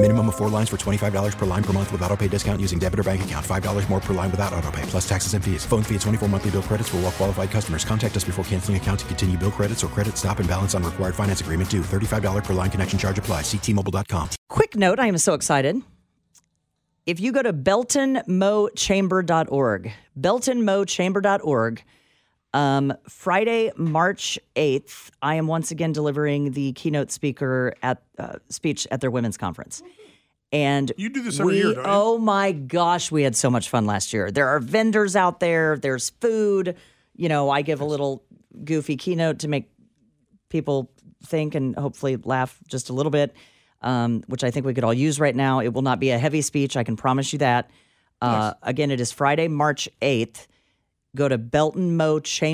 Minimum of four lines for $25 per line per month with auto pay discount using debit or bank account. $5 more per line without auto pay, plus taxes and fees. Phone fee at 24 monthly bill credits for all well qualified customers. Contact us before canceling account to continue bill credits or credit stop and balance on required finance agreement due. $35 per line connection charge applies. Ctmobile.com. Quick note I am so excited. If you go to beltonmochamber.org, beltonmochamber.org, um, Friday, March 8th, I am once again delivering the keynote speaker at uh, speech at their women's conference. And You do this every we- year, don't you? Oh my gosh, we had so much fun last year. There are vendors out there, there's food. You know, I give a little goofy keynote to make people think and hopefully laugh just a little bit, um, which I think we could all use right now. It will not be a heavy speech, I can promise you that. Uh, Again, it is Friday, March 8th. Go to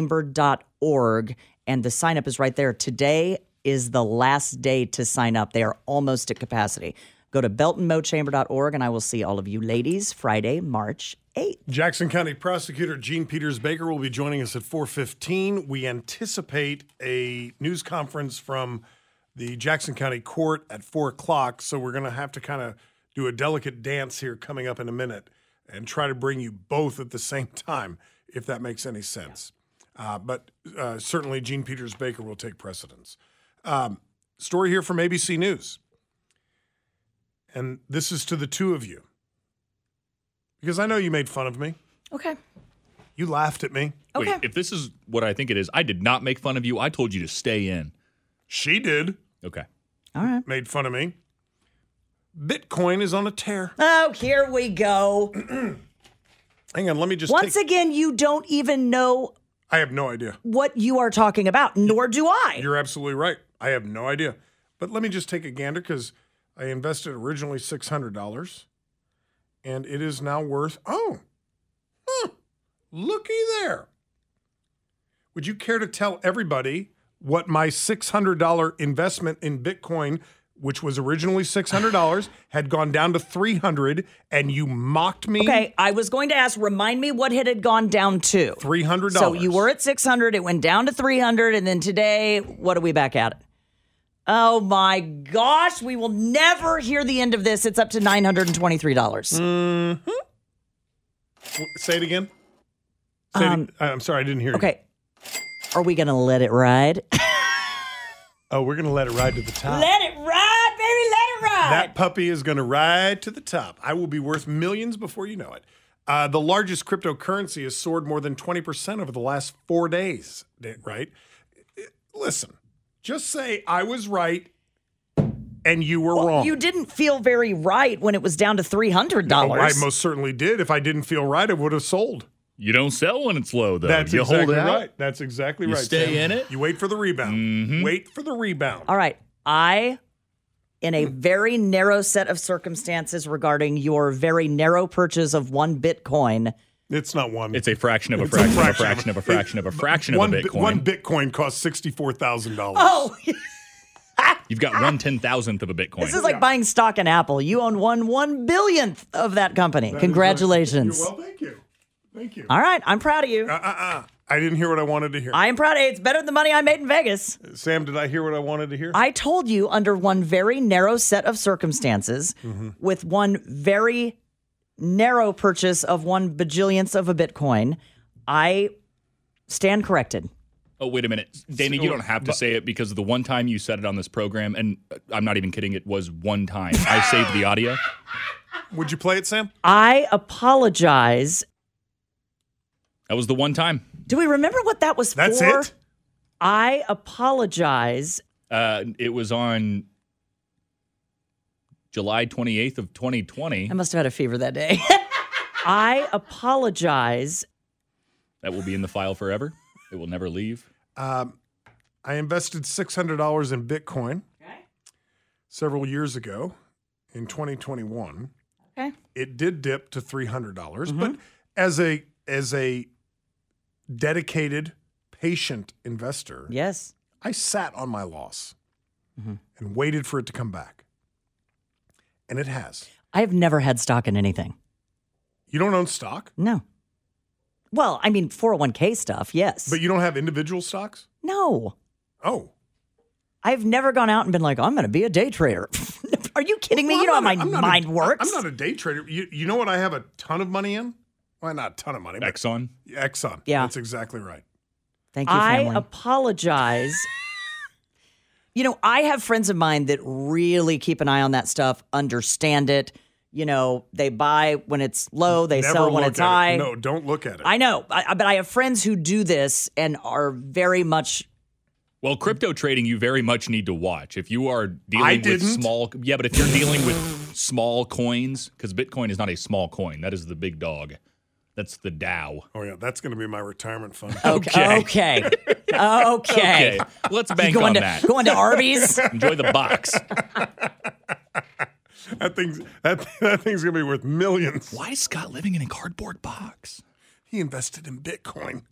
beltonmochamber.org and the sign up is right there. Today is the last day to sign up. They are almost at capacity. Go to beltonmochamber.org and I will see all of you ladies Friday, March 8th. Jackson County Prosecutor Gene Peters Baker will be joining us at 4:15. We anticipate a news conference from the Jackson County Court at four o'clock, so we're going to have to kind of do a delicate dance here coming up in a minute and try to bring you both at the same time, if that makes any sense. Uh, but uh, certainly, Gene Peters Baker will take precedence. Um, story here from ABC News, and this is to the two of you because I know you made fun of me. Okay. You laughed at me. Okay. Wait, if this is what I think it is, I did not make fun of you. I told you to stay in. She did. Okay. All right. Made fun of me. Bitcoin is on a tear. Oh, here we go. Hang on, let me just. Once take- again, you don't even know I have no idea. what you are talking about, nor do I. You're absolutely right. I have no idea. But let me just take a gander because I invested originally six hundred dollars, and it is now worth oh, huh, looky there. Would you care to tell everybody what my six hundred dollar investment in Bitcoin, which was originally six hundred dollars, had gone down to three hundred, and you mocked me? Okay, I was going to ask, remind me what it had gone down to. three hundred So dollars. you were at 600, it went down to 300, and then today, what are we back at? Oh my gosh, we will never hear the end of this. It's up to $923. Hmm. say it again. Say it- Um, I'm sorry, I didn't hear. you. Okay. Are we going to let it ride? Oh, we're gonna let it ride to the top. let it ride, baby, let it ride. Ah. That puppy is going to ride to the top. I will be worth millions before you know it. Uh, the largest cryptocurrency has soared more than 20% over the last four days, da- right? Listen, just say I was right and you were wrong. You didn't feel very right when it was down to $300. Oh, I most certainly did. If I didn't feel right, I would have sold. You don't sell when it's low, though. That's you exactly hold it out. right. That's exactly You right. stay in it. Mm-hmm. You wait for the rebound. Wait for the rebound. All right. I, in a very narrow set of circumstances regarding your very narrow purchase of one Bitcoin, It's not one. It's a fraction of a It's fraction, of a fraction of a fraction of a fraction of a one bi- Bitcoin. One Bitcoin costs sixty-four thousand dollars. oh, You've Ah! got one ten thousandth of a Bitcoin. this is like buying stock in Apple. You own one one billionth of that company. Congratulations. Well, thank you. Thank you. All right. I'm proud of you. Uh-uh. I didn't hear what I wanted to hear. I am proud of you. It's better than the money I made in Vegas. Sam, did I hear what I wanted to hear? I told you under one very narrow set of circumstances with one very narrow purchase of one bajillionth of a Bitcoin, I stand corrected. oh, wait a minute, Dana. You don't have to say it because the one time you said it on this program, and uh, I'm not even kidding, it was one time. I saved the audio. Would you play it, Sam? I apologize. That was the one time. Do we remember what that was That's for? it? I apologize. Uh, it was on July 28th of 2020. I must have had a fever that day. I apologize. That will be in the file forever. It will never leave. Um, I invested $600 in Bitcoin several years ago in 2021. Okay. It did dip to $300, dollars but as a as a dedicated patient investor, Yes. I sat on my loss and waited for it to come back. And it has. I have never had stock in anything. You don't own stock, No. Well, I mean, 401k stuff, yes. but you don't have individual stocks? no. Oh. I've never gone out and been like, I'm going to be a day trader. Are you kidding me? Well, you know I'm how my not a- I'm not a- mind works. I'm not a day trader. You, you know what I have a ton of money in? Well, not a ton of money, but Exxon. Exxon. Yeah. That's exactly right. Thank you, I family. apologize. you know, I have friends of mine that really keep an eye on that stuff, understand it. You know, they buy when it's low, they Never sell when look it's at it. high. No, don't look at it. I know, I, I- but I have friends who do this and are very much. Well, crypto trading you very much need to watch. If you are I dealing with didn't. small Yeah, but if you're dealing with small coins cuz Bitcoin is not a small coin. That is the big dog. That's the Dow. oh, yeah. That's going to be my retirement fund. Oh. Okay. Okay. Okay. Okay. Let's bank Going on to that. going to Arby's. Enjoy the box. that thing's, that, that thing's going to be worth millions. Why is Scott living in a cardboard box? He invested in Bitcoin.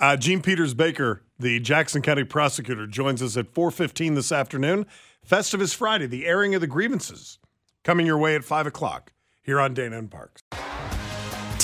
Uh, Gene Peters Baker, the Jackson County prosecutor, joins us at 4:15 this afternoon. Festivus Friday, the airing of the grievances, coming your way at five o'clock here on Dana and Parks.